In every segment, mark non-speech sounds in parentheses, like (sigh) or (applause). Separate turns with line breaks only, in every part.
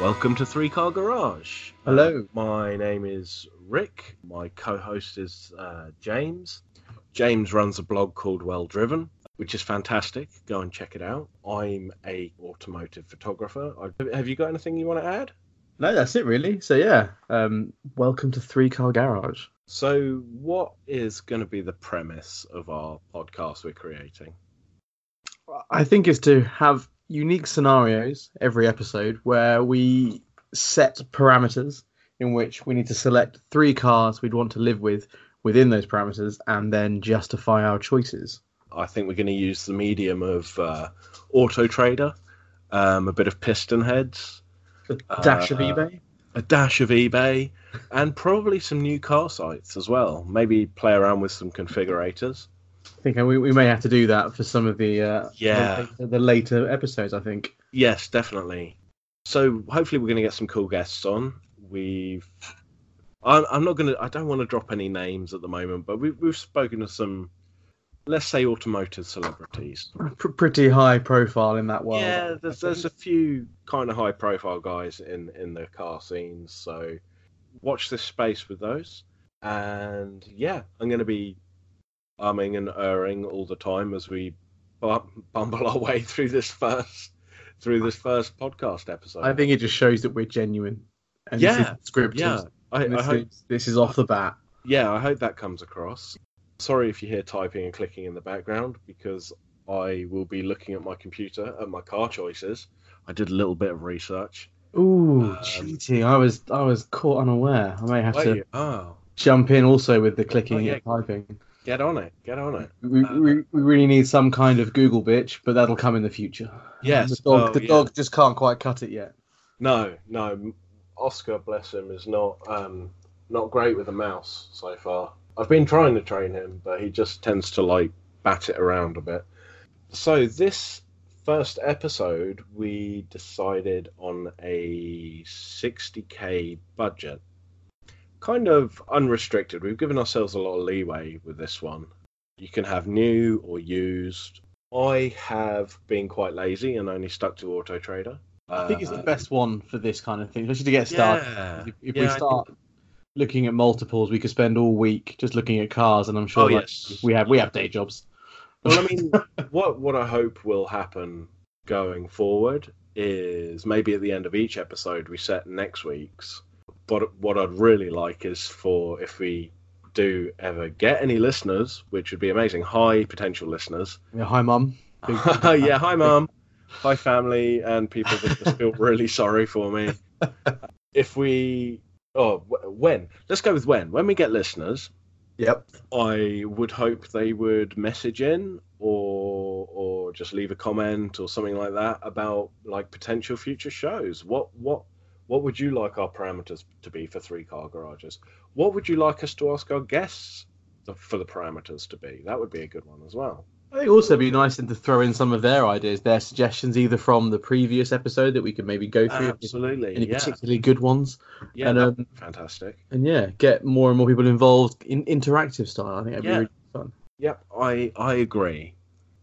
Welcome to Three Car Garage. Uh,
Hello.
My name is Rick. My co host is uh, James. James runs a blog called Well Driven, which is fantastic. Go and check it out. I'm a automotive photographer. I, have you got anything you want to add?
No, that's it really. So yeah, um, welcome to Three Car Garage.
So, what is going to be the premise of our podcast we're creating?
I think is to have unique scenarios every episode where we set parameters in which we need to select three cars we'd want to live with within those parameters and then justify our choices.
I think we're going to use the medium of uh, Auto Trader, um, a bit of Piston Heads,
A dash of
Uh,
eBay.
a dash of eBay, and probably some new car sites as well. Maybe play around with some configurators.
I think we, we may have to do that for some of the uh,
Yeah.
the, the later episodes. I think
Yes, definitely. So hopefully we're going to get some cool guests on. We've I'm, I'm not going to I don't want to drop any names at the moment, but we've we've spoken to some let's say automotive celebrities.
Pr- pretty high profile in that world.
yeah,
I
there's
think.
there's a few kind of high profile guys in in the car scenes, so watch this space with those. And yeah, I'm going to be umming and erring all the time as we bum- bumble our way through this first through this first podcast episode.
I think it just shows that we're genuine. And this
Yeah,
isn't scripted.
yeah, I, I
this,
hope.
is, this is off the bat.
Yeah, I hope that comes across. Sorry if you hear typing and clicking in the background because I will be looking at my computer at my car choices. I did a little bit of research.
Ooh,
Um,
cheating! I was I was caught unaware. I may have
Wait,
to
Oh,
jump in also with the clicking
Oh, yeah.
and typing.
get on it, get on it.
We,
Uh,
we, we really need some kind of Google bitch, but that'll come in the future.
Yes,
the dog
oh,
the
yeah.
dog just can't quite cut it yet.
No, no, Oscar, bless him, is not um not great with a mouse so far. I've been trying to train him, but he just tends to like bat it around a bit. So this first episode, we decided on a 60k budget, kind of unrestricted. We've given ourselves a lot of leeway with this one. You can have new or used. I have been quite lazy and only stuck to Auto Trader.
I think it's the
Uh,
best one for this kind of thing, especially to get started.
yeah. Oh,
If, if
Yeah, I
we
think-
start looking at multiples, we could spend all week just looking at cars, and I'm sure
Oh,
like,
yes.
we have we have day jobs.
well, I mean, what what I hope will happen going forward is maybe at the end of each episode we set next week's. But what I'd really like is for if we do ever get any listeners, which would be amazing, high potential
(laughs)
listeners.
Yeah, hi,
(laughs)
mum. Big-
yeah, hi mum, hi family, and people that just feel really sorry for me. If we, oh, wh- when? Let's go with when. When we get listeners,
(laughs) Yep.
I would hope they would message in or or just leave a comment or something like that about like potential future shows. What what what would you like our parameters to be for three car garages? What would you like us to ask our guests the- for the parameters to be? That would be a good one as well.
I think also it'd be nice then to throw in some of their ideas, their suggestions, either from the previous episode that we could maybe go through, if there's
Absolutely,
any
yeah,
particularly good ones,
yeah,
and
that'd
um,
be fantastic.
and yeah, get more and more people involved in interactive style. I think that'd
Yeah.
be really fun.
Yep, I I agree.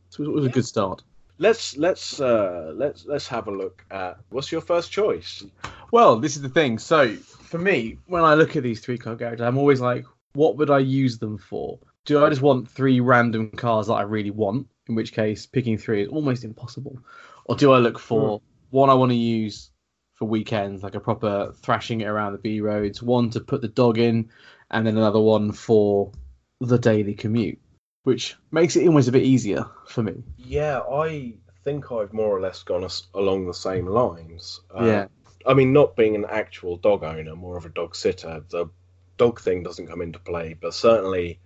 So it was a good start.
Let's let's uh, let's let's have a look at what's your first choice.
Well, this is the thing. So for me, when I look at these three car garages, I'm always like, what would I use them for? Do I just want three random cars that I really want? In which case, picking three is almost impossible. Or do I look for
Hmm.
one I want to use for weekends, like a proper thrashing it around the B roads, one to put the dog in, and then another one for the daily commute, which makes it almost a bit easier for me.
Yeah, I think I've more or less gone as, along the same lines. Um,
yeah.
I mean, not being an actual dog owner, more of a dog sitter, the dog thing doesn't come into play, but certainly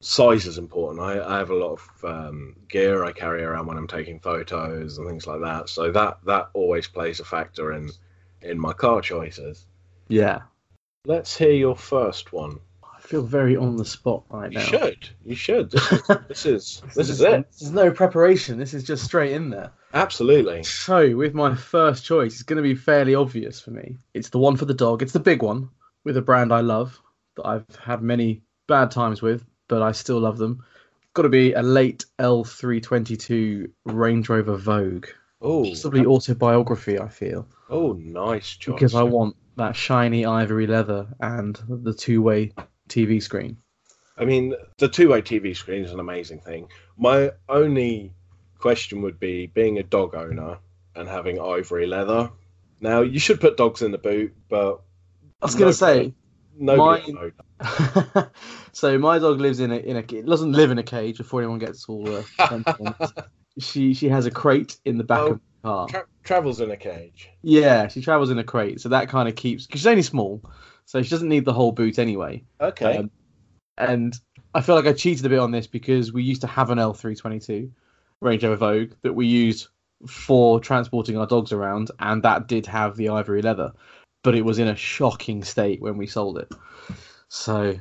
size is important. I, I have a lot of um, gear I carry around when I'm taking photos and things like that, so that that always plays a factor in in my car choices.
Yeah.
Let's hear your first one.
I feel very on the spot right
You
now.
should. You
(laughs)
should. This is this is, this is it.
There's no preparation. This is just straight in there.
Absolutely.
So, with my first choice, it's going to be fairly obvious for me. It's the one for the dog. It's the big one with a brand I love that I've had many bad times with, but I still love them. Got to be a late L322 Range Rover Vogue.
Oh,
Possibly autobiography, I feel.
oh, nice choice.
Because I want that shiny ivory leather and the two way TV screen.
I mean, the two-way TV screen is an amazing thing. My only question would be being a dog owner and having ivory leather. Now, you should put dogs in the boot, but
I was going
No.
to say,
nobody
Mine-
knows.
(laughs) so my dog lives in a in a it doesn't live in a cage before anyone gets all uh, sentimental. she she has a crate in the back
Oh.
of the car.
Tra- travels in a cage.
Yeah, she travels in a crate, so that kind of keeps because she's only small, so she doesn't need the whole boot anyway.
Okay.
Um, and I feel like I cheated a bit on this because we used to have an L322 Range Rover Vogue that we used for transporting our dogs around, and that did have the ivory leather, but it was in a shocking state when we sold it. So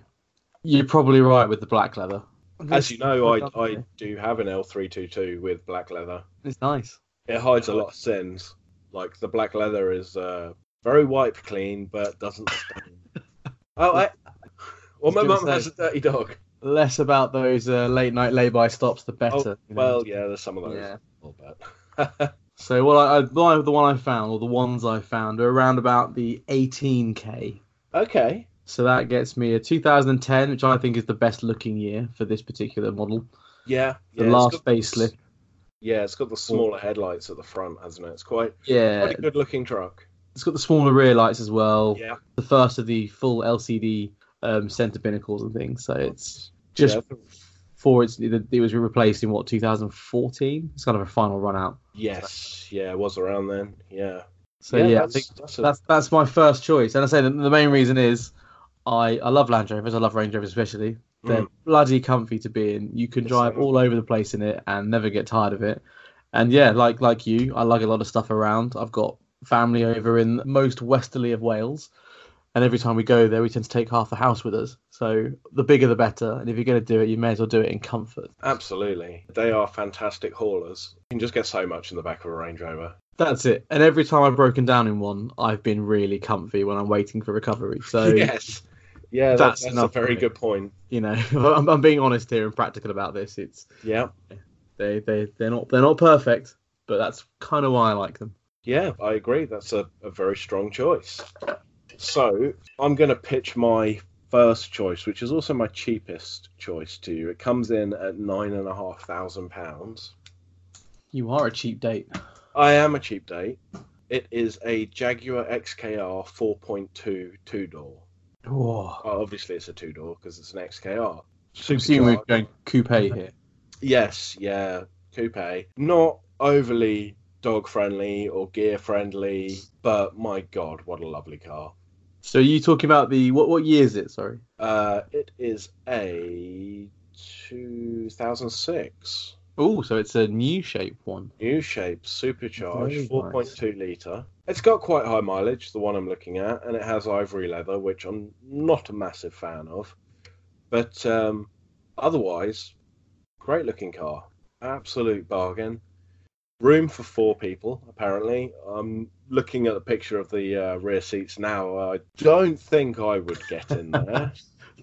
you're probably right with the black leather.
As you know, I, I do have an L322 with black leather.
it's nice.
It hides a lot of sins. Like, the black leather is uh, very wipe clean, but doesn't
(laughs)
stain. oh, I... Well,
I
my
was gonna
mum
say.
has a dirty dog.
Less about those uh, late night lay by stops, the better. you know.
Oh, Well, yeah, there's some of those.
Yeah.
I'll bet.
So, well, I, I, the one I found, or the ones I found, are around about the 18k
(laughs) okay.
So that gets me a 2010, which I think is the best looking year for this particular model.
Yeah.
The
yeah, it's
last
got-
facelift.
Yeah, it's got the smaller headlights at the front, hasn't it? It's quite,
Yeah.
quite a good looking truck.
It's got the smaller rear lights as well.
Yeah.
The first of the full LCD um, center pinnacles and things. So it's just
Yeah.
for its. It it was replaced in what 2014. It's kind of a final run out.
Yes. Yeah, it was around then. Yeah.
So yeah, I
that's,
think
that's, a-
that's that's my first choice. And I say that the main reason is I I love Land Rovers. I love Range Rovers especially. They're
Mm.
bloody comfy to be in. You can
Yes,
drive
they are.
all over the place in it and never get tired of it. And yeah, like like you, I lug a lot of stuff around. I've got family over in most westerly of Wales, and every time we go there, we tend to take half the house with us. So the bigger the better. And if you're going to do it, you may as well do it in comfort.
absolutely. They are fantastic haulers. You can just get so much in the back of a Range Rover.
That's it. And every time I've broken down in one, I've been really comfy when I'm waiting for recovery.
(laughs)
So
yes. Yeah, that-
That's
that's, a
enough for
very
me.
good point.
you know, (laughs) I'm, I'm being honest here and practical about this. It's
Yeah.
they they they're not they're not perfect, but that's kind of why I like them.
Yeah, I agree. That's a, a very strong choice. So I'm going to pitch my first choice, which is also my cheapest choice to you. It comes in at nine and a half thousand pounds.
You are a cheap date.
I am a cheap date. It is a Jaguar XKR 4.2 two door.
Oh,
Well, obviously, it's a two door because it's an XKR.
I'm assuming we're
Supercharged.
going coupe here.
Yes, yeah, coupe. Not overly dog friendly or gear friendly, but my god, what a lovely car.
So are you talking about the what what year is it? Sorry,
Uh, it is a 2006
oh, so it's a new shape one.
new shape supercharged
Very nice.
4.2 litre. It's got quite high mileage, the one I'm looking at, and it has ivory leather, which I'm not a massive fan of. But um, otherwise, great looking car. Absolute bargain. Room for four people, apparently. I'm looking at the picture of the uh, rear seats now. I don't think I would get in there.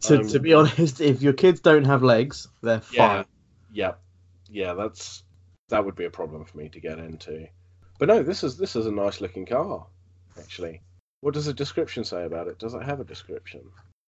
To
Um,
to be honest, if your kids don't have legs, they're
Yeah.
fine.
Yeah. Yeah, that's that would be a problem for me to get into. But no, this is this is a nice looking car, actually. What does the description say about it? Does it have a description?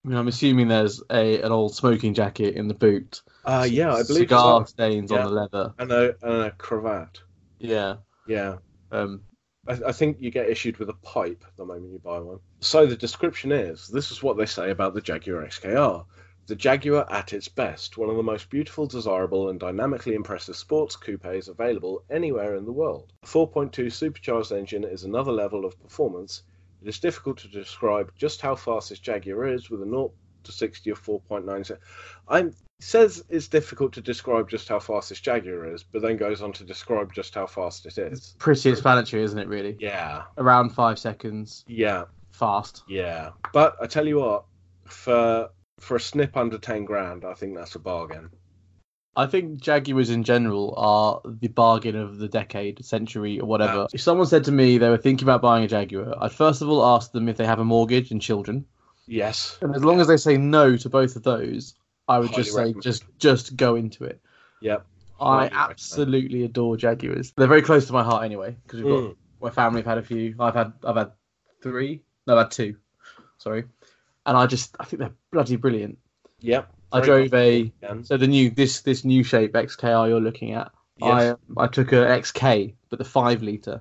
I mean, I'm assuming there's a an old smoking jacket in the boot.
Uh yeah, I believe
cigar
so.
stains
Yeah.
on the leather.
And a and a cravat.
Yeah.
Yeah.
Um,
I, I think you get issued with a pipe the moment you buy one. So the description is this is what they say about the Jaguar XKR. The Jaguar at its best, one of the most beautiful, desirable, and dynamically impressive sports coupes available anywhere in the world. The 4.2 supercharged engine is another level of performance. It is difficult to describe just how fast this Jaguar is with a 0 to 60 of 4.9 sec- I'm it says it's difficult to describe just how fast this Jaguar is, but then goes on to describe just how fast it is.
pretty explanatory, isn't it? Really,
Yeah,
around five seconds,
yeah.
fast.
Yeah, but I tell you what, for for a snip under ten grand, I think that's a bargain.
I think Jaguars in general are the bargain of the decade, century, or whatever. If someone said to me they were thinking about buying a Jaguar, I'd first of all ask them if they have a mortgage and children.
Yes,
And as long as they say no to both of those, I would
Highly
just say
recommend.
just just go into it.
Yep.
I
Slightly
absolutely adore Jaguars. They're very close to my heart anyway, because we've got
Mm.
my family have had a few. I've had I've had three. No, I've had two. Sorry. And I just I think they're bloody brilliant.
Yep.
I
Very
drove a
much.
so the new this this new shape XKR you're looking at.
Yes.
I I took a XK, but the five liter,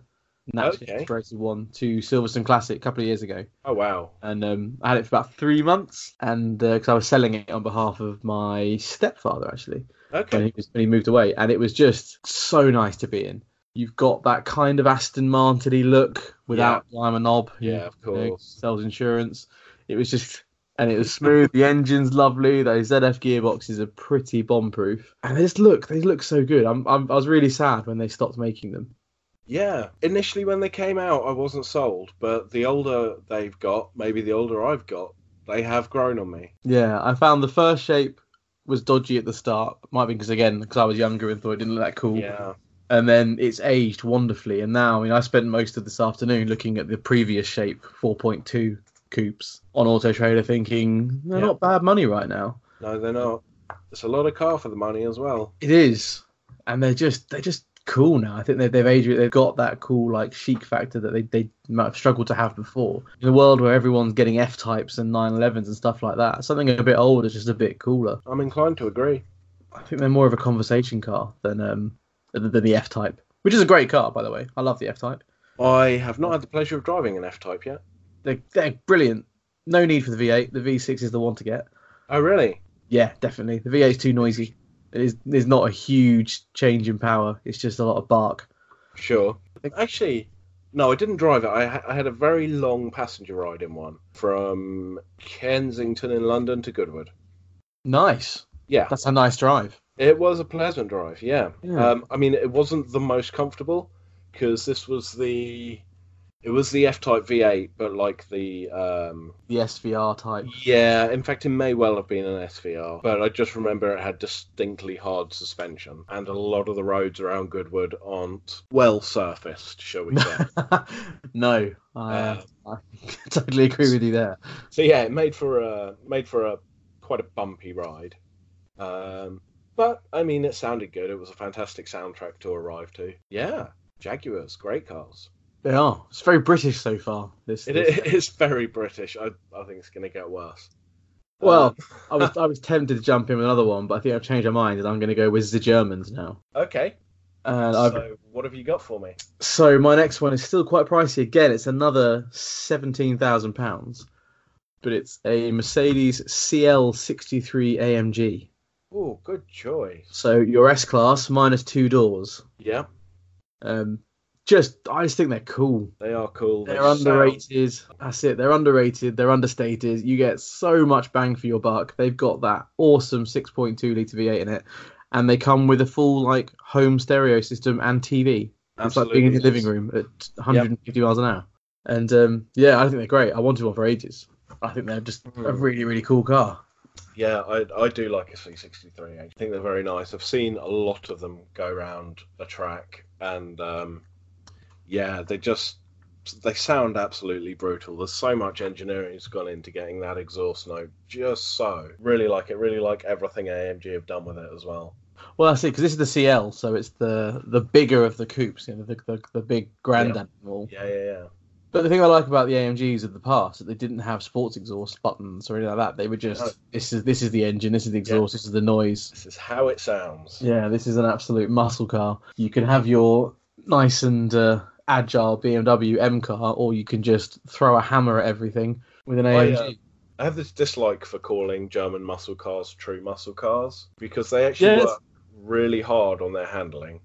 and that's
Okay.
rated one to Silverstone Classic a couple of years ago,
Oh wow.
and um, I had it for about three months, and because I was selling it on behalf of my stepfather actually when
Okay.
he was when he moved away, and it was just so nice to be in. You've got that kind of Aston Martin look without lime and knob. you
Yeah, of
you know,
course.
sells insurance. It was just, and it was smooth. the engine's lovely. Those ZF gearboxes are pretty bomb proof, and they just look, they look so good. I'm, I'm, I was really sad when they stopped making them.
Yeah. Initially, when they came out, I wasn't sold, but the older they've got, maybe the older I've got, they have grown on me.
Yeah, I found the first shape was dodgy at the start. Might be because again, because I was younger and thought it didn't look that cool.
Yeah.
And then it's aged wonderfully, and now I mean, I spent most of this afternoon looking at the previous shape 4.2 coupes on Auto Trader, thinking they're
Yeah.
not bad money right now.
No, they're not. It's a lot of car for the money as well.
It is, and they're just they're just cool now. I think they, they've aged. They've got that cool like chic factor that they they might have struggled to have before in a world where everyone's getting F types and 911s and stuff like that. Something a bit older is just a bit cooler.
I'm inclined to agree.
I think they're more of a conversation car than um than than the F type, which is a great car by the way. I love the F type.
I have not had the pleasure of driving an F-Type yet.
They're they're brilliant. No need for the V8. The V6 is the one to get.
Oh, really?
Yeah, definitely. The V8 is too noisy. It is, there's not a huge change in power. It's just a lot of bark.
Sure. Actually, no, I didn't drive it. I, ha- I had a very long passenger ride in one from Kensington in London to Goodwood.
Nice.
Yeah,
That's a nice drive.
it was a pleasant drive. Yeah.
Yeah.
Um, I mean, it wasn't the most comfortable because this was the it was the F-Type V8, but like the um,
the SVR type. (laughs)
yeah. In fact, it may well have been an SVR, but I just remember it had distinctly hard suspension, and a lot of the roads around Goodwood aren't well surfaced, shall we say.
no, I, uh, I (laughs) totally agree with you there.
So yeah, it made for a made for a quite a bumpy ride. Um, but I mean, it sounded good. It was a fantastic soundtrack to arrive to. Yeah, Jaguars, great cars.
They are. It's very British so far. This.
It
this-
is very British. I I think it's going to get worse.
Well, I was I was tempted to jump in with another one, but I think I've changed my mind and I'm going to go with the
(laughs)
Germans now.
Uh, okay.
And I've, so,
So what have you got for me?
my next one is still quite pricey. Again, it's another seventeen thousand pounds, but it's a Mercedes CL63 AMG.
Oh, good choice.
So your S class minus two doors.
Yeah,
Um, just I just think they're cool.
they are cool. They
They're
sound-
underrated. That's it. They're underrated. They're understated. You get so much bang for your buck. They've got that awesome 6.2 litre V8 in it, and they come with a full like home stereo system and TV. It's like being in your living room at 150 miles an hour. And um, yeah, I think they're great. I wanted one for ages. I think they're just a
Mm.
really really cool car.
Yeah, I, I do like a C63. I think they're very nice. I've seen a lot of them go around a track, and um, yeah, they just they sound absolutely brutal. There's so much engineering has gone into getting that exhaust note just so. Really like it. Really like everything AMG have done with it as well.
Well, that's it because this is the CL, so it's the the bigger of the coupes, you know, the the, the big grand animal.
Yeah, yeah, yeah.
But the thing I like about the AMGs of the past that they didn't have sports exhaust buttons or anything like that. They were just
No.
this is this is the engine, this is the exhaust, this is the noise.
This is how it sounds.
Yeah, this is an absolute muscle car. You can have your nice and uh, agile BMW M car, or you can just throw a hammer at everything with an
I,
AMG.
uh, I have this dislike for calling German muscle cars true muscle cars because they actually
Yes.
work really hard on their handling.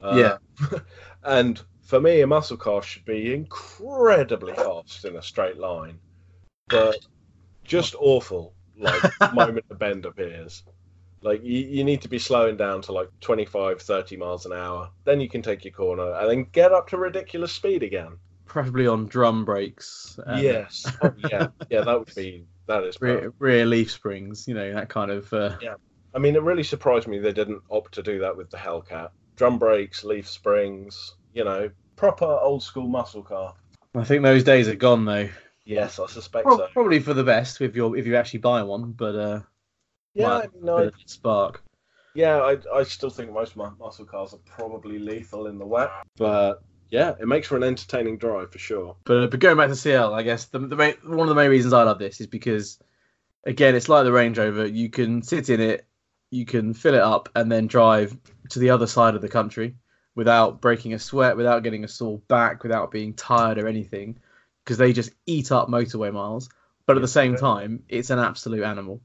Uh,
Yeah.
(laughs) and for me, a muscle car should be incredibly fast in a straight line, but just awful.
(laughs)
Like the moment the bend appears, like you, you need to be slowing down to like 25, 30 miles an hour. Then you can take your corner and then get up to ridiculous speed again.
Preferably on drum brakes. and
yes. (laughs) Oh, yeah. Yeah. That would be. That is. perfect.
Rear, rear leaf springs, you know that kind of. Uh,
I mean, it really surprised me they didn't opt to do that with the Hellcat. Drum brakes, leaf springs, you know, proper old school muscle car.
I think those days are gone though.
Yes, I suspect
Prob-
so.
Probably for the best if you are if you actually buy one, but uh,
Yeah,
well,
I mean, I,
bit of spark.
Yeah, I, I still think most of my muscle cars are probably lethal in the wet, but yeah, it makes for an entertaining drive for sure.
But but going back to CL, I guess the, the main, one of the main reasons I love this is because again, it's like the Range Rover. You can sit in it, you can fill it up, and then drive to the other side of the country without breaking a sweat, without getting a sore back, without being tired or anything, because they just eat up motorway miles. But at the same time, it's an absolute animal.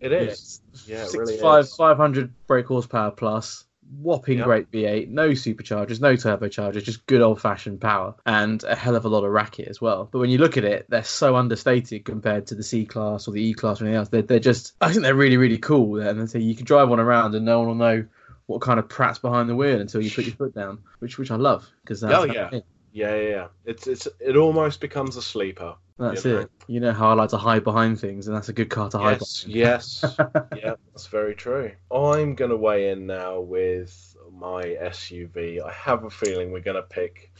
It is. Yeah, it really
five
is.
five hundred brake horsepower plus, whopping
Yeah.
great V8, no superchargers, no turbochargers, just good old fashioned power, and a hell of a lot of racket as well. But when you look at it, they're so understated compared to the C class or the E class or anything else. They're, they're just, I think they're really really cool. And they say you can drive one around and no one will know what kind of prat's behind the wheel until you put your foot down, which which I love because that's
Oh, yeah. Yeah, yeah, yeah. It's it's it almost becomes a sleeper.
That's
Yeah,
it.
right.
You know how I like to hide behind things, and that's a good car to hide
Yes,
behind.
yes, yeah, that's very true. I'm gonna weigh in now with my SUV. I have a feeling we're gonna pick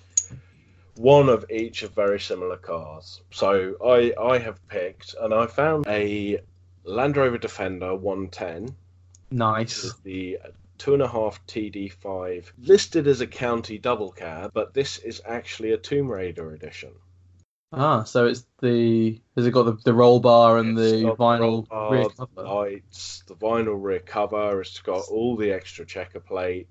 one of each of very similar cars. So I I have picked and I found a Land Rover Defender 110, which
Nice.
is the two and a half TD5, listed as a county double cab, but this is actually a Tomb Raider edition.
Ah, so it's the has it got the, the roll bar and
It's
the
got
vinyl
roll
rear
bars,
cover?
lights, the vinyl rear cover. It's got all the extra checker plate,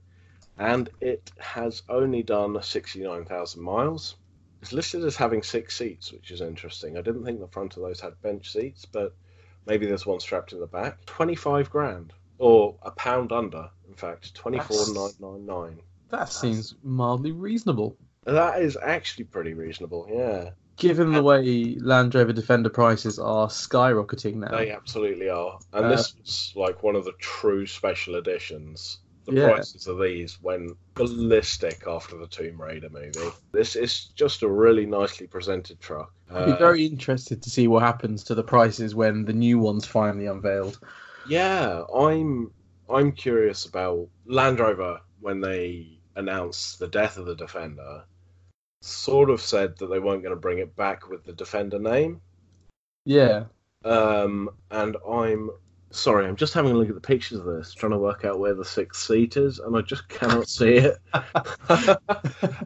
and it has only done sixty-nine thousand miles. It's listed as having six seats, which is interesting. I didn't think the front of those had bench seats, but maybe there's one strapped in the back. Twenty-five grand, or a pound under, in fact, twenty-four nine nine nine.
That seems mildly reasonable,
That is actually pretty reasonable. Yeah,
given the way Land Rover Defender prices are skyrocketing now.
they absolutely are. And
Um, Uh,
this was like one of the true special editions. The
Yeah.
prices of these went ballistic after the Tomb Raider movie. This is just a really nicely presented truck.
I'd be
Uh,
very interested to see what happens to the prices when the new one's finally unveiled.
Uh, Yeah, I'm I'm curious about Land Rover when they announced the death of the Defender. Sort of said that they weren't going to bring it back with the Defender name.
Yeah,
Um, and I'm sorry, I'm just having a look at the pictures of this, trying to work out where the sixth seat is, and I just
(laughs)
cannot see it.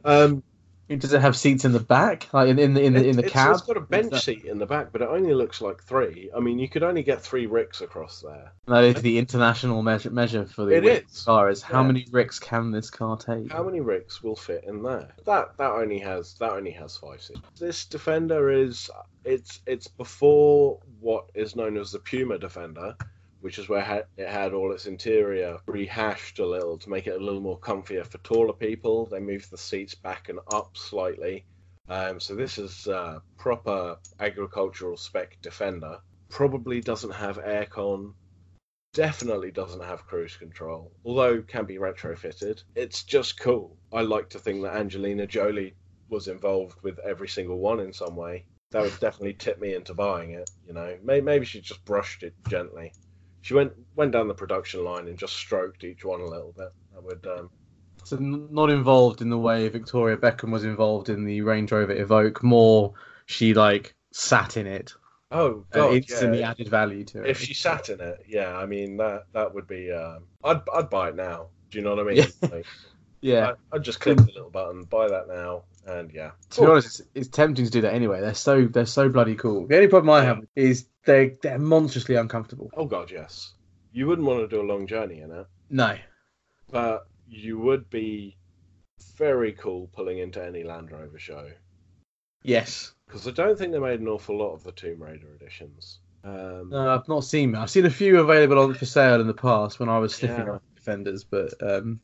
um,
does it have seats in the back, like in, in the in the in the
it's-
cab?
it's got a bench seat in the back, but it only looks like three. I mean, you could only get three ricks across there.
That is the international measure measure for the
It
width of
is.
the car is how
Yeah.
many ricks can this car take?
How many ricks will fit in there? That that only has that only has five seats. This Defender is it's it's before what is known as the Puma Defender, which is where ha- it had all its interior rehashed a little to make it a little more comfier for taller people. They moved the seats back and up slightly. Um, so this is uh, proper agricultural spec Defender. Probably doesn't have aircon definitely doesn't have cruise control, although can be retrofitted. It's just cool. I like to think that Angelina Jolie was involved with every single one in some way. That would definitely tip me into buying it. You know, maybe, maybe she just brushed it gently. She went went down the production line and just stroked each one a little bit. That would um,
So n- not involved in the way Victoria Beckham was involved in the Range Rover Evoque. More, she like sat in it
oh
and
god,
instantly
yeah.
added value to it.
If she sat in it, yeah, I mean that that would be. Um, I'd I'd buy it now. Do you know what I mean?
Yeah.
Like,
(laughs) yeah,
I, I'd just click the little button, buy that now, and yeah.
to be honest, it's, it's tempting to do that anyway. They're so they're so bloody cool. The only problem I have is they they're monstrously uncomfortable.
Oh god, yes. You wouldn't want to do a long journey in it,
No,
but you would be very cool pulling into any Land Rover show
yes,
because I don't think they made an awful lot of the Tomb Raider editions. Um,
no, I've not seen that. I've seen a few available on for sale in the past when I was sniffing
Yeah.
around defenders, but um,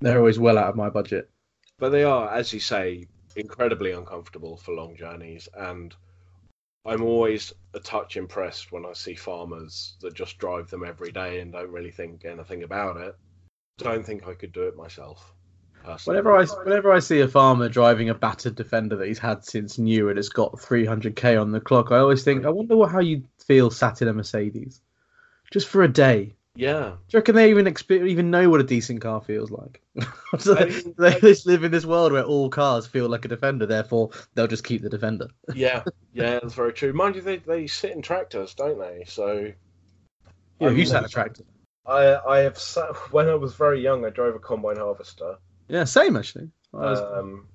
they're always well out of my budget.
But they are, as you say, incredibly uncomfortable for long journeys, and I'm always a touch impressed when I see farmers that just drive them every day and don't really think anything about it. Don't think I could do it myself. Personally.
Whenever I whenever I see a farmer driving a battered defender that he's had since new and it's got 300k on the clock, I always think, I wonder what, how you'd feel sat in a Mercedes, just for a day. Do
yeah,
you reckon they even exper- even know what a decent car feels like? (laughs) Do
I
they,
mean,
they
like-
just live in this world where all cars feel like a defender, therefore they'll just keep the defender.
yeah, yeah, that's very true. Mind you, they, they sit in tractors, don't they? So
Yeah,
I
you
mean,
sat in a tractor.
I I have sa- when I was very young, I drove a combine harvester.
Yeah, same actually. I was-
Uh,
Um,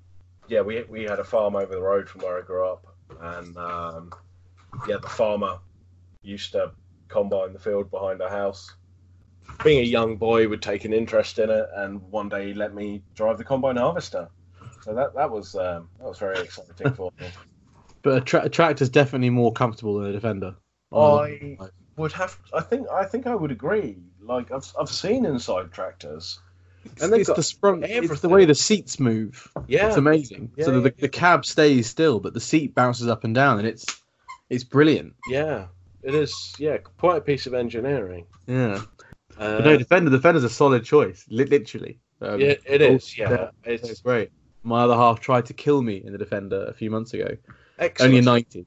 yeah, we we had a farm over the road from where I grew up, and um, yeah, the farmer used to combine the field behind our house. Being a young boy, would take an interest in it, and one day he let me drive the combine harvester. So that that was um, that was very exciting for me.
but a, tra- a tractor's definitely more comfortable than a defender.
Mm.
I would have. I think. I think I would agree. Like I've I've seen inside tractors.
and it's the sprung, it's the
everything.
way the seats move.
Yeah.
It's amazing.
Yeah,
so the,
yeah,
the cab stays still, but the seat bounces up and down, and it's it's brilliant.
Yeah, it is. Yeah, quite a piece of engineering.
Yeah.
Uh,
But no, defender. Defender's a solid choice, li- literally. Um,
yeah, it is. Yeah,
It's
it's
great. My other half tried to kill me in the defender a few months ago.
excellent.
Only a ninety.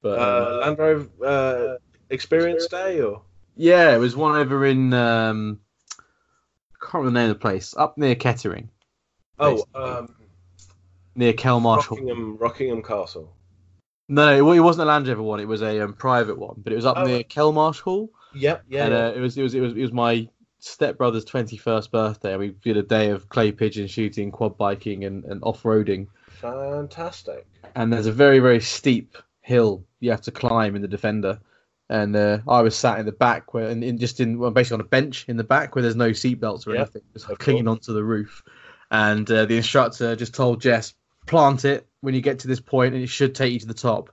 But um,
uh, Land Rover uh, experience day or
yeah, it was one over in um, I can't remember the name of the place up near Kettering,
oh um,
near Kelmarsh Hall.
Rockingham Rockingham Castle.
No, no, it it wasn't a Land Rover one. It was a um, private one, but it was up
Oh.
near Kelmarsh Hall,
Yep. Yeah.
and
yeah.
uh, it was it was it was it was my stepbrother's twenty first birthday. We did a day of clay pigeon shooting, quad biking, and, and off roading.
Fantastic.
and there's a very very steep hill you have to climb in the defender and uh, i was sat in the back where and in, just in well, basically on a bench in the back where there's no seatbelts or
Yeah,
anything just
of
clinging onto the roof and uh, the instructor just told jess plant it when you get to this point and it should take you to the top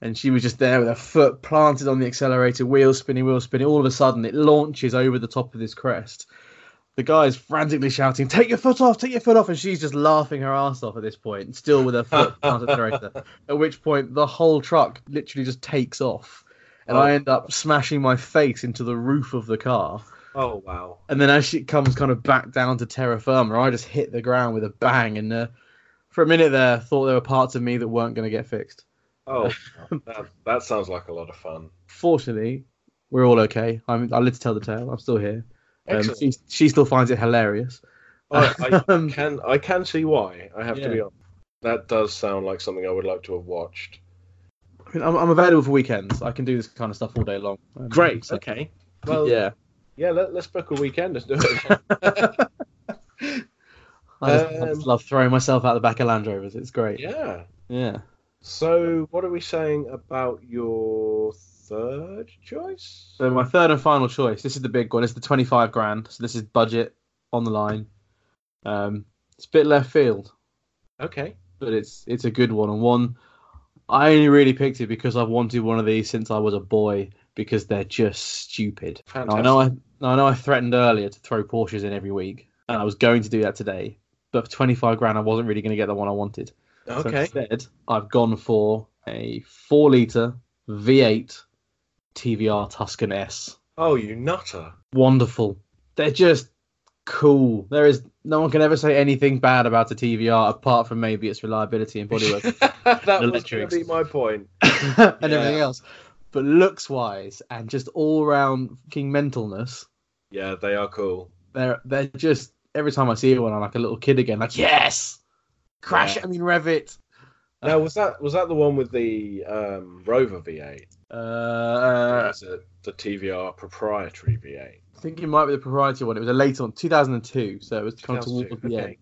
and she was just there with her foot planted on the accelerator wheel spinning wheel spinning all of a sudden it launches over the top of this crest the guy's frantically shouting, "Take your foot off! Take your foot off!" And she's just laughing her ass off at this point, still with her foot planted on the accelerator. At which point, the whole truck literally just takes off, and I end up smashing my face into the roof of the car.
Oh wow.
And then as she comes kind of back down to terra firma, I just hit the ground with a bang. And uh, for a minute there, thought there were parts of me that weren't going to get fixed. (laughs)
Oh, that, that sounds like a lot of fun.
Um, Fortunately, we're all okay. I'm, I live to tell the tale. I'm still here. Um,
Excellent.
she, she still finds it hilarious.
I, I
(laughs) Um,
can I can see why. I have to be
Yeah.
honest. That does sound like something I would like to have watched.
I mean, I'm, I'm available for weekends. I can do this kind of stuff all day long. Um, so-
Okay. Well, yeah,
yeah.
yeah. Let, let's book a weekend and do it.
(laughs) I just, I
Um,
just love throwing myself out the back of Land Rovers. It's great. Yeah.
yeah. So, what are we saying about your third choice?
So my third and final choice. This is the big one. It's the 25 grand. So this is budget on the line. Um, it's a bit left field,
Okay.
but it's it's a good one and one. I only really picked it because I've wanted one of these since I was a boy because they're just stupid. Now, I
Fantastic.
know I, now, I know I threatened earlier to throw Porsches in every week, and I was going to do that today. But for 25 grand, I wasn't really going to get the one I wanted. So
okay.
instead, I've gone for a 4 litre V8 TVR Tuscan S.
Oh, you
(laughs)
nutter.
Wonderful. They're just cool. There is no one can ever say anything bad about a TVR apart from maybe its reliability and bodywork
(laughs) that was going
Electrics.
to be my point.
and
Yeah.
everything else. But looks wise and just all round fucking mentalness,
Yeah, they are cool.
they're they're just every time I see one, I'm like a little kid again. Like yes, crash
Yeah.
it. I mean rev it. Uh.
Now, was that was that the one with the um, Rover V8? or
Uh,
is it the TVR proprietary V8?
I think it might be the proprietary one. It was a later one, 2002, so it was kind of towards the end.
Okay.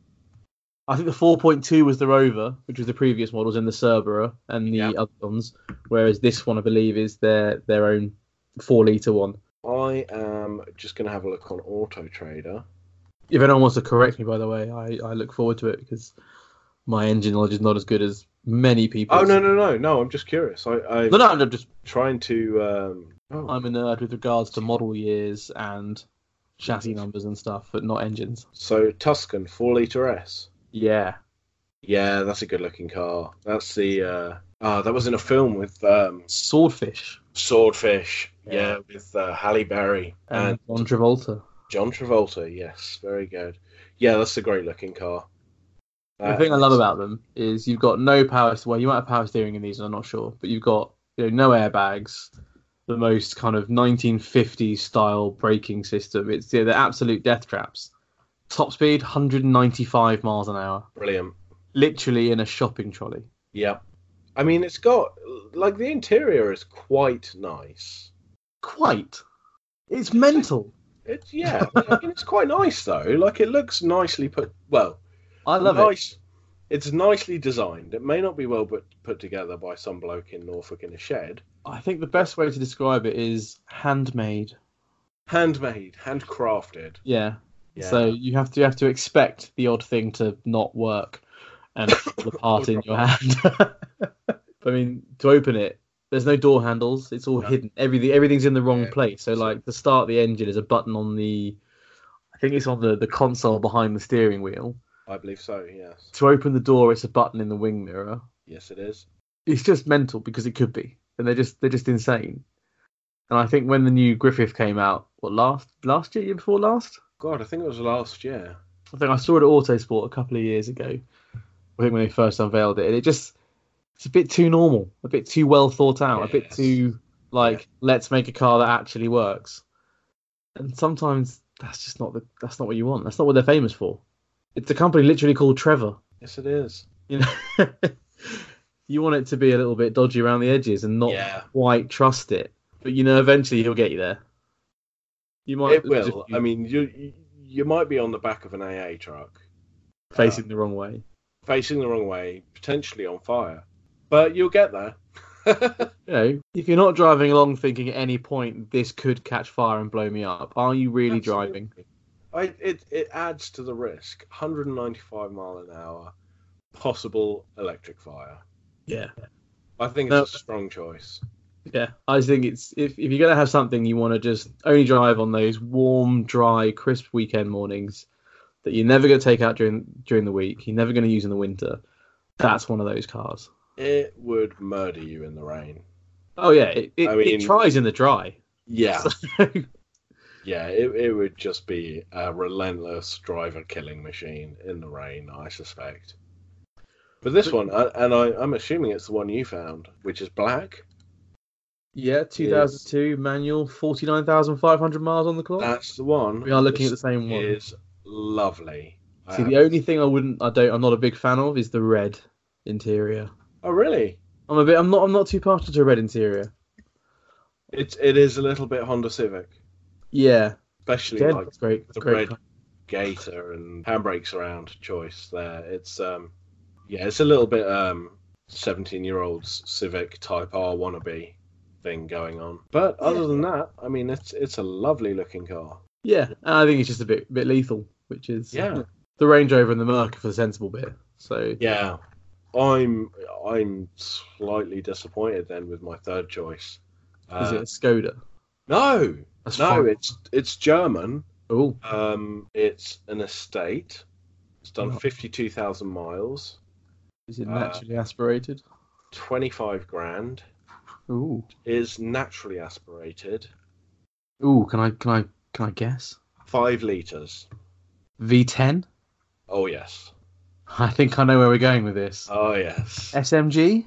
I think the 4.2 was the Rover, which was the previous models, and the Cerbera and the
Yeah.
other ones. Whereas this one, I believe, is their their own four liter one.
I am just going to have a look on Auto Trader.
If anyone wants to correct me, by the way, I, I look forward to it because my engine knowledge is not as good as many people.
Oh no no no no! I'm just curious. I, I'm
no, no! I'm just
trying to. Um, oh,
I'm a nerd with regards to model years and chassis numbers and stuff, but not engines.
So Tuscan four liter S.
Yeah,
Yeah, that's a good looking car. That's the. Uh, oh, that was in a film with um,
swordfish
Swordfish. Yeah,
Yeah. Um,
with uh, Halle Berry
and
and
John Travolta.
John Travolta. Yes, very good. Yeah, that's a great looking car.
the
That
thing I
is-
love about them is you've got no power. Well, you might have power steering in these, I'm not sure, but you've got you know, no airbags, the most kind of 1950s style braking system. It's yeah, they're absolute death traps. Top speed 195 miles an hour,
brilliant.
literally in a shopping trolley.
Yeah, I mean it's got like the interior is quite nice.
Quite. It's mental.
It's yeah, I mean, it's quite nice though. Like it looks nicely put. Well,
I love it.
nice. It's nicely designed. It may not be well put put together by some bloke in Norfolk in a shed.
I think the best way to describe it is handmade.
Handmade, handcrafted.
Yeah.
Yeah.
So you have to you have to expect the odd thing to not work
(laughs)
and fall apart in your hand. (laughs) I mean, to open it, there's no door handles. It's all
No.
hidden. Everything everything's in the wrong
Yeah.
place. So like the start of the engine is a button on the I think it's on the, the console behind the steering wheel.
I believe so. Yes,
To open the door it's a button in the wing mirror.
yes, it is.
it's just mental because it could be, and they're just they're just insane. And I think when the new Griffith came out, what last last year, year before last,
God, I think it was last year.
I think I saw it at Autosport a couple of years ago. I think when they first unveiled it, and it just it's a bit too normal, a bit too well thought out, a bit
Yes.
too like let's make a car that actually works. And sometimes that's just not the that's not what you want. That's not what they're famous for. It's a company literally called Trevor.
Yes, it is.
You know, (laughs) you want it to be a little bit dodgy around the edges and not
Yeah.
quite trust it. But you know, eventually he'll get you there. You might
It will. I mean, you you might be on the back of an AA truck, uh,
facing the wrong way.
facing the wrong way, potentially on fire, but you'll get there. (laughs)
You know, if you're not driving along thinking at any point this could catch fire and blow me up, are you really
Absolutely.
driving?
I, it it adds to the risk. 195 mile an hour, possible electric fire.
Yeah,
I think it's
No.
a strong choice.
yeah. I just think it's if if you're gonna have something, you want to just only drive on those warm, dry, crisp weekend mornings that you're never gonna take out during during the week. You're never gonna use in the winter. That's one of those cars.
It would murder you in the rain.
Oh yeah, it, it,
I
it
mean-
tries in the dry. (laughs)
Yeah,
So,
yeah. It it would just be a relentless driver killing machine in the rain. I suspect. But this one, I, and I, I'm assuming it's the one you found, which is black.
yeah, 2002 manual, 49,500 miles on the clock.
That's the one.
Oh. we are looking at the
This
same one.
Is lovely. Uh, I
See, the
have-
only thing I wouldn't, I don't, I'm not a big fan of is the red interior.
oh, really?
I'm a bit, I'm not, I'm not too partial to a red interior.
It's it is a little bit Honda Civic,
Yeah,
especially
Again,
like
it's great,
the
great.
red
car.
gator and handbrakes around choice there. It's um yeah, it's a little bit um seventeen year olds civic type R wannabe thing going on. But other than that, I mean it's it's a lovely looking car.
Yeah, and I think it's just a bit, bit lethal, which is
Yeah.
the Range Rover and the Merc are for the sensible bit. So
Yeah. I'm I'm slightly disappointed then with my third choice.
is it a
Uh,
Skoda?
no.
That's
No,
fine.
it's it's German.
Oh,
Um it's an estate. It's done
Right.
fifty two thousand miles,
is it
uh,
naturally aspirated?
twenty five grand.
Ooh,
is naturally aspirated,
ooh, can I, can I, can I guess?
five liters.
V10.
Oh yes,
I think I know where we're going with this.
oh yes,
SMG?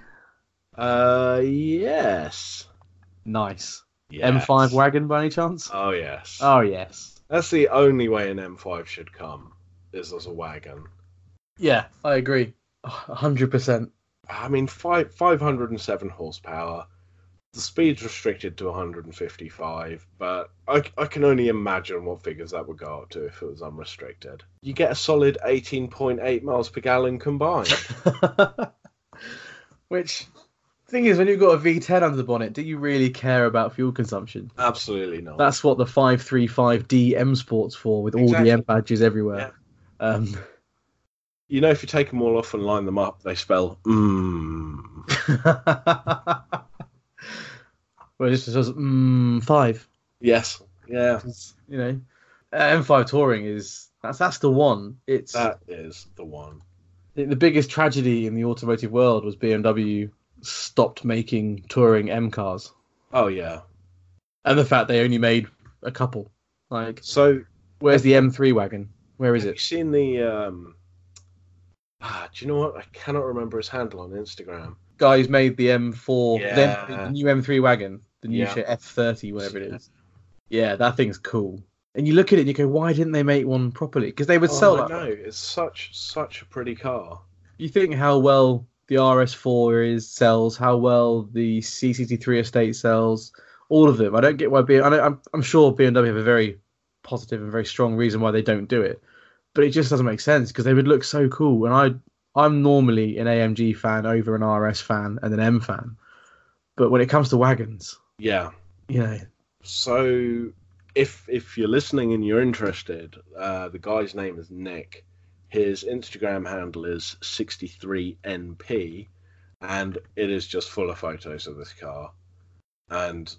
uh, yes,
Nice.
Yes.
M5 wagon by any chance?
Oh yes,
Oh, yes.
that's the only way an M5 should come is as a wagon.
Yeah, I agree. 100%.
I mean, five five hundred and seven horsepower. The speed's restricted to 155, but I, I can only imagine what figures that would go up to if it was unrestricted. You get a solid 18.8 miles per gallon combined.
(laughs) Which, thing is, when you've got a V10 under the bonnet, do you really care about fuel consumption?
Absolutely not.
That's what the 535D M Sport's for, with all the
Exactly.
M badges everywhere. Um, (laughs)
You know, if you take them all off and line them up, they spell mmm.
well, this says mm, 5.
Yes. Yeah.
'cause, You know, M5 Touring is. That's, that's the one. It's
That is the one.
the the biggest tragedy in the automotive world was BMW stopped making touring M cars,
Oh, yeah.
and the fact they only made a couple. Like,
So,
where's the M3 wagon? Where is
have you
it?
seen the. Um... Ah, do you know what? I cannot remember his handle on Instagram.
Guys made the M4, the
Yeah.
M3 the new M3 wagon, the new
Yeah.
shit F30, whatever
(laughs)
it is. Yeah, that thing's cool. And you look at it and you go, why didn't they make one properly? Because they would sell
oh, I
that.
know. It's such such a pretty car.
You think how well the RS4 is sells, how well the C63 estate sells, all of them. I don't get why BMW. I know, I'm, I'm sure BMW have a very positive and very strong reason why they don't do it. But it just doesn't make sense because they would look so cool. And I, I'm normally an AMG fan over an RS fan and an M fan. But when it comes to wagons,
Yeah.
you know,
So, if if you're listening and you're interested, uh, the guy's name is Nick. His Instagram handle is 63np, and it is just full of photos of this car. And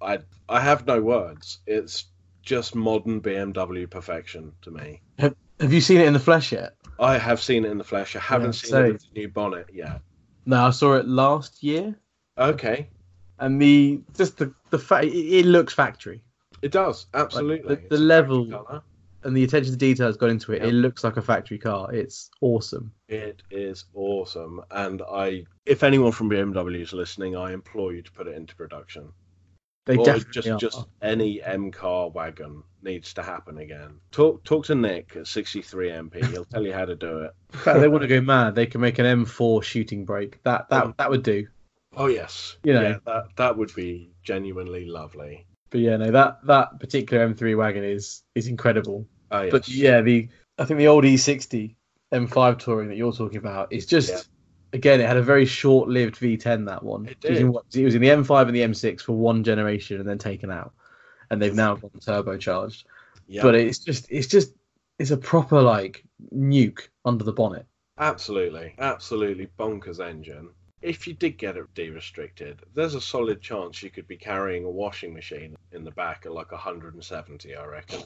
I I have no words. It's just modern BMW perfection to me.
have you seen it in the flesh yet?
I have seen it in the flesh. I haven't seen it with the new bonnet yet.
No, I saw it last year,
Okay,
and the just the the fa- it, it looks factory.
it does absolutely.
the
It's a
level-
great colour.
and the attention to detail has gone into it.
Yeah.
It looks like a factory car. It's awesome.
It is awesome, and I, if anyone from BMW is listening, I implore you to put it into production.
They
or
definitely
just
are.
just any M car wagon needs to happen again. Talk talk to Nick at 63 MP. He'll tell you how to do it.
In fact, they want to go mad. They can make an M4 shooting brake. That that
Yeah.
that would do.
(laughs) Oh yes,
You know.
yeah, that that would be genuinely lovely.
But yeah, no, that that particular M3 wagon is is incredible.
Oh yes,
But yeah, the I think the old E E60 M5 touring that you're talking about is just.
Yeah.
Again, it had a very short-lived V10. That one,
It
It was in
did.
what- it was in the M5 and the M6 for one generation, and then taken out, and they've now gone turbocharged.
yeah,
but it's just it's just it's a proper like nuke under the bonnet
absolutely, absolutely bonkers engine. If you did get it de-restricted, there's a solid chance you could be carrying a washing machine in the back at like 170, I reckon.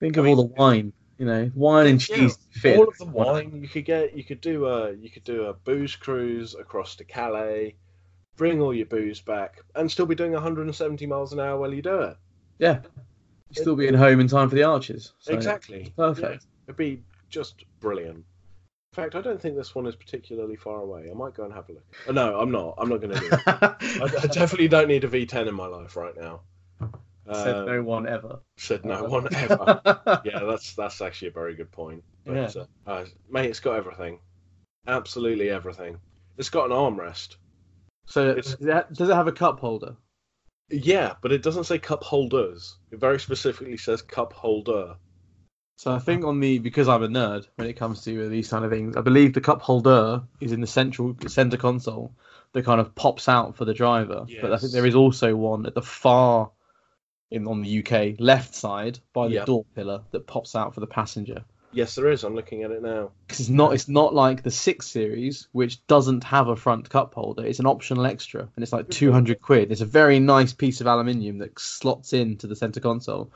think
I
of
mean-
all the wine you know wine and
Yeah,
cheese fit
all of the wine you could get you could do a you could do a booze cruise across to calais bring all your booze back and still be doing 170 miles an hour while you do it
yeah still being home in time for the arches so
exactly
perfect
Yeah, it'd be just brilliant in fact i don't think this one is particularly far away i might go and have a look oh, no i'm not i'm not going to do it
(laughs)
I, I definitely don't need a v10 in my life right now
said
Um,
no one ever
said
(laughs)
no one ever yeah, that's that's actually a very good point. But, uh, uh, mate, it's got everything, absolutely everything. It's got an armrest.
so
It's-
does it- does it have a cup holder
Yeah, but it doesn't say cup holders. It very specifically says cup holder.
so I
Oh.
think on the because I'm a nerd when it comes to these kind of things, I believe the cup holder is in the central center console that kind of pops out for the driver. But I
Yes.
think there is also one at the far in on the UK left side by the
Yeah.
door pillar that pops out for the passenger.
Yes, there is. I'm looking at it now.
'Cause it's not it's not like the six series which doesn't have a front cup holder. It's an optional extra and it's like
Good
two hundred quid. It's a very nice piece of aluminium that slots into the center console,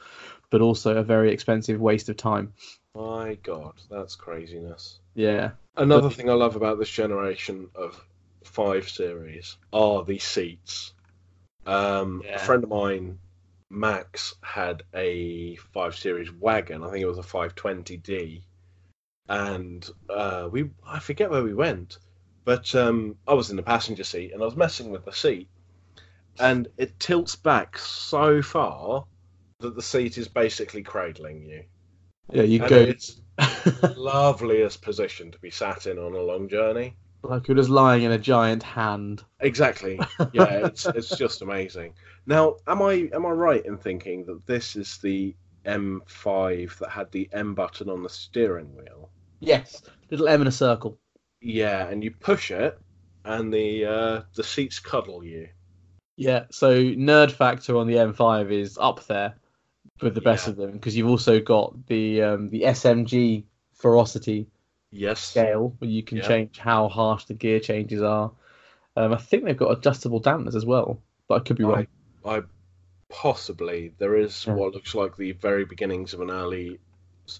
but also a very expensive waste of time.
My God, that's craziness.
Yeah.
Another thing I love about this generation of five series are the seats. Um,
Yeah.
A friend of mine, Max, had a five series wagon. I think it was a 520D, and uh, we I forget where we went, but um, I was in the passenger seat and I was messing with the seat, and it tilts back so far that the seat is basically cradling you.
Yeah, you
And
go
it's (laughs) loveliest position to be sat in on a long journey.
(laughs) like you're just lying in a giant hand.
Exactly.
(laughs)
Yeah, it's it's just amazing. Now, am I am I right in thinking that this is the M5 that had the M button on the steering wheel?
Yes. Little M in a circle.
Yeah, and you push it, and the uh, the seats cuddle you.
Yeah. So nerd factor on the M5 is up there with the best
Yeah.
of them because you've also got the um, the SMG ferocity
Yes.
scale where you can
Yeah.
change how harsh the gear changes are. Um, I think they've got adjustable dampers as well, but I could be wrong.
I, I possibly there is
Yeah.
what looks like the very beginnings of an early.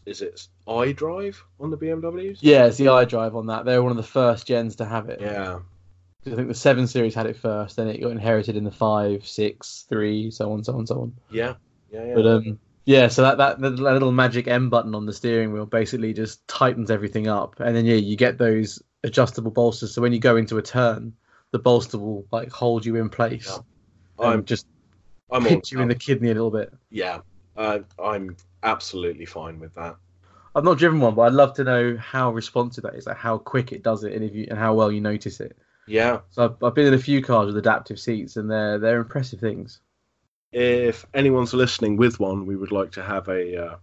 Is it iDrive on the BMWs?
Yeah, it's the iDrive on that. They're one of the first gens to have it.
Yeah.
'Cause I think the seven series had it first, then it got inherited in the five, six, three, so on, so on, so on.
Yeah. Yeah. yeah.
But um, yeah, so that, that that little magic M button on the steering wheel basically just tightens everything up, and then yeah, you get those adjustable bolsters. So when you go into a turn, the bolster will like hold you in place and
I'm
just (laughs)
I'm all
pinch you in
about
the kidney a little bit.
Yeah, uh, I'm absolutely fine with that.
I've not driven one, but I'd love to know how responsive that is, like how quick it does it, and if you and how well you notice it.
Yeah,
So I've, I've been in a few cars with adaptive seats, and they're they're impressive things.
if anyone's listening with one, we would like to have a uh,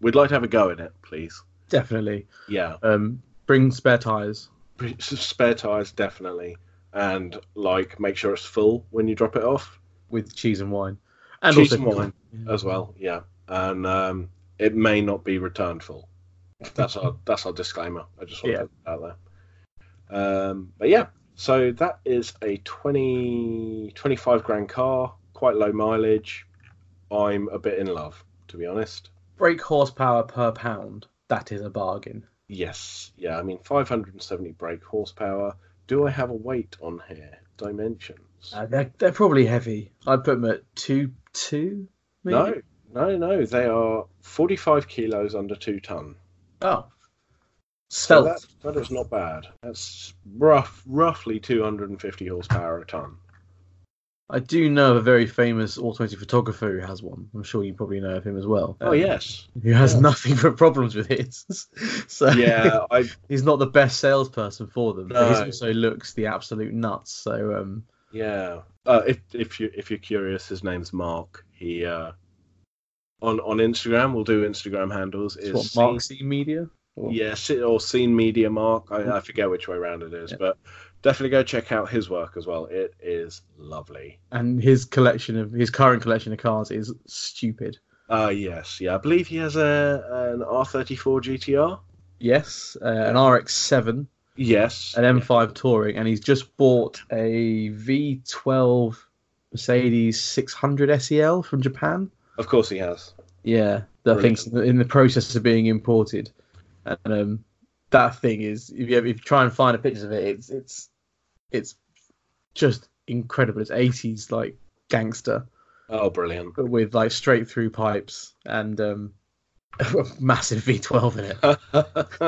we'd like to have a go in it, please.
Definitely.
Yeah,
Um, bring spare tires.
spare tires definitely, and like make sure it's full when you drop it off
with cheese and wine, and
Cheese
also
and wine. as well. Yeah, and um, it may not be returned full. That's
(laughs)
our that's our disclaimer. I just want
Yeah.
to put that out there. Um, but yeah, so that is a 20, 25 grand car, quite low mileage. I'm a bit in love, to be honest.
Brake horsepower per pound. That is a bargain.
Yes, yeah. I mean, five hundred and seventy brake horsepower. Do I have a weight on here? Dimensions?
Uh, they're, they're probably heavy. I'd put them at two two. Maybe?
no, no, no. They are forty-five kilos under two ton.
Oh.
So
Stealth.
that, that is not bad. That's rough, roughly 250 horsepower a ton.
I do know of a very famous automotive photographer who has one. I'm sure you probably know of him as well.
Oh
Um,
yes,
Who has
yeah.
nothing but problems with his. (laughs) so
(laughs) yeah. I
he's not the best salesperson for them. But he
No.
also looks the absolute nuts. So um,
yeah. Uh, if if you if you're curious, his name's Mark. He uh, on on Instagram. We'll do Instagram handles.
it's
Is
what Marxy Media. Or-
Yeah, se- or Scene Media Mark. I, I forget which way around it is,
Mm-hmm. Yeah.
but definitely go check out his work as well. It is lovely.
And his collection of his current collection of cars is stupid.
Uh yes, yeah. I believe he has a an R34 GTR.
Yes, uh, an RX7,
Yes.
an M5 Touring, and he's just bought a V12 Mercedes 600 SEL E from Japan.
Of course he has.
Yeah, that
Brilliant.
thing's in the process of being imported, and um, that thing is if you, if you try and find a pictures of it, it's it's it's just incredible. It's 80s like gangster
Oh, brilliant.
but with like straight through pipes and um, (laughs) a massive V12 in
(laughs)
it.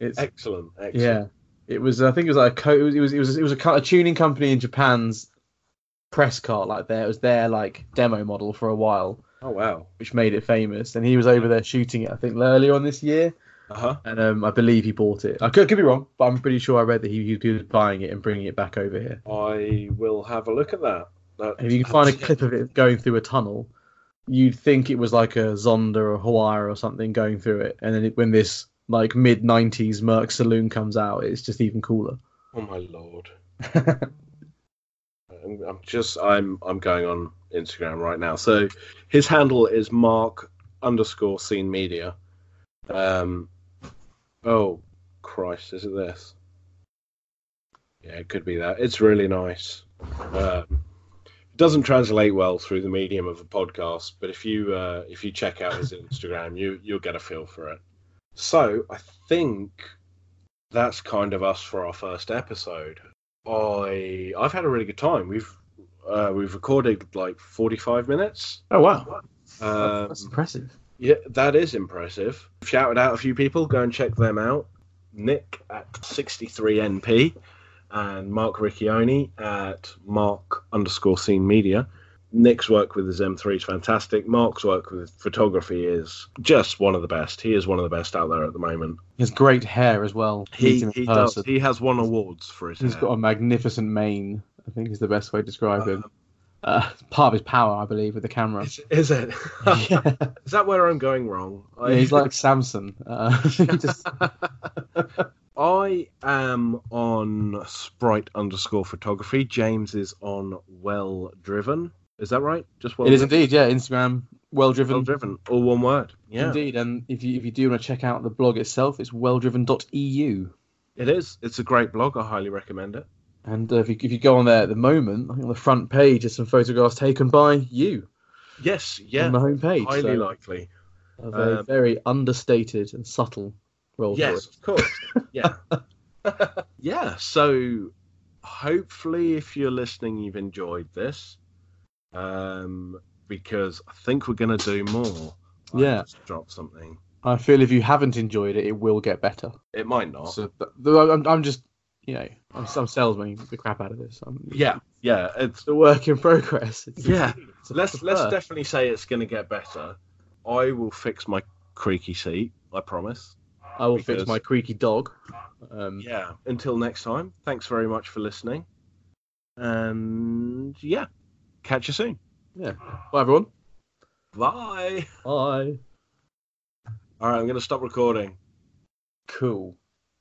It's
excellent. Excellent.
Yeah, it was. I think it was like a co- it was it was it was, it was a, co- a tuning company in Japan's press car like there. It was their like demo model for a while,
Oh wow.
which made it famous. And he was over there shooting it. I think earlier on this year,
Uh huh.
and um, I believe he bought it. I could, could be wrong, but I'm pretty sure I read that he, he was buying it and bringing it back over here.
I will have a look at that. That-
And if you can find a clip of it going through a tunnel, you'd think it was like a Zonda or a Hawaii or something going through it. And then it, when this like mid '90s Merc Saloon comes out, it's just even cooler.
Oh my
(laughs)
lord. I'm, I'm just I'm I'm going on Instagram right now. So his handle is Mark underscore Scene Media. Um. Oh Christ, is it this? Yeah, it could be that. It's really nice. Um, it doesn't translate well through the medium of a podcast, but if you uh, if you check out his Instagram, you you'll get a feel for it. So I think that's kind of us for our first episode. I I've had a really good time. We've uh, we've recorded like forty five minutes.
Oh wow,
Um,
that's impressive.
yeah, that is impressive. Shouted out a few people. Go and check them out. Nick at sixty three np and Mark Riccioni at Mark underscore Scene Media. Nick's work with his M3 is fantastic. Mark's work with photography is just one of the best. He is one of the best out there at the moment.
He has great hair as well.
He
meeting in
he does.
person.
He has won awards for his.
He's
hair.
got a magnificent mane. I think is the best way to describe him.
Um,
Uh, part of his power, I believe, with the
(laughs)
camera.
Is, is it?
(laughs) yeah.
Is that where I'm going wrong?
Yeah, he's like Samson. Uh, (laughs)
(laughs)
he just,
I am on Sprite underscore photography. James is on Well Driven. Is that right? Just well.
it is indeed, yeah. Instagram, well driven.
Well Driven. All one word. Yeah,
Indeed, and if you if you do want to check out the blog itself, it's E welldriven.eu.
it is. It's a great blog. I highly recommend it.
And uh, if you if you go on there at the moment, I think on the front page is some photographs taken by you
Yes.
on
Yeah.
the homepage.
Highly
so
likely.
of a
um,
very understated and subtle role.
Yes, of course. Yeah. (laughs) yeah. So hopefully if you're listening you've enjoyed this. Um because I think we're gonna do more. I
Yeah.
just dropped something.
I feel if you haven't enjoyed it, it will get better.
It might not.
So th- th- I'm, I'm just, you know, I'm, I'm salesman the crap out of this. I'm,
yeah. Yeah. It's
it's a work in progress. It's,
yeah.
it's
(laughs)
a-
Let's
it's a
let's
first.
definitely say it's gonna get better. I will fix my creaky seat, I promise.
I will fix
because-
my creaky dog. Um,
Yeah. Until next time, thanks very much for listening. And yeah, catch you soon.
Bye, everyone.
Bye.
Bye.
All right, I'm going to stop recording.
Cool.